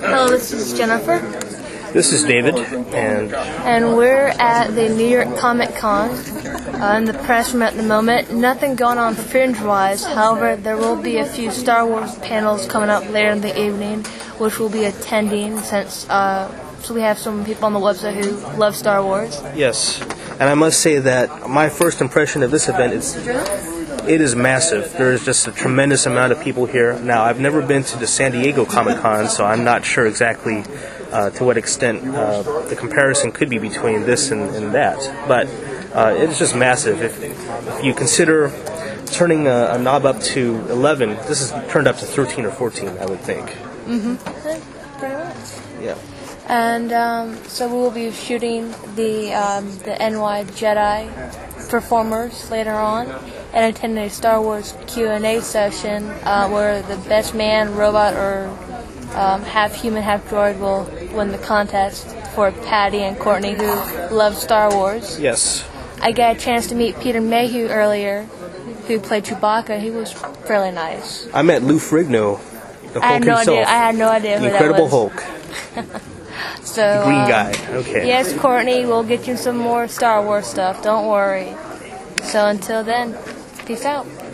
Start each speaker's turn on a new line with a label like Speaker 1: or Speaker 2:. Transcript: Speaker 1: Hello, this is Jennifer,
Speaker 2: This is David, and
Speaker 1: and we're at the New York Comic Con. Uh, in the press room at the moment, nothing going on fringe wise. However, there will be a few Star Wars panels coming up later in the evening, which we'll be attending since uh, so we have some people on the website who love Star Wars.
Speaker 2: yes, and I must say that my first impression of this event is it is massive. There is just a tremendous amount of people here. Now, I've never been to the San Diego Comic Con, so I'm not sure exactly uh, to what extent uh, the comparison could be between this and, and that, but uh, it's just massive. If, if you consider turning a, a knob up to 11, this is turned up to 13 or 14, I would think.
Speaker 1: Pretty much.
Speaker 2: Yeah.
Speaker 1: And um, so we will be shooting the um, the NY Jedi performers later on, and attending a Star Wars Q and A session uh, where the best man, robot, or um, half human, half droid will win the contest for Patty and Courtney, who love Star Wars.
Speaker 2: Yes.
Speaker 1: I got a chance to meet Peter Mayhew earlier, who played Chewbacca. He was fairly nice.
Speaker 2: I met Lou Ferrigno, the Hulk
Speaker 1: I had no
Speaker 2: himself.
Speaker 1: idea. I had no idea who
Speaker 2: Incredible
Speaker 1: that was.
Speaker 2: Hulk,
Speaker 1: So,
Speaker 2: green
Speaker 1: um,
Speaker 2: guy. Okay.
Speaker 1: Yes, Courtney, we'll get you some more Star Wars stuff. Don't worry. So until then, peace out.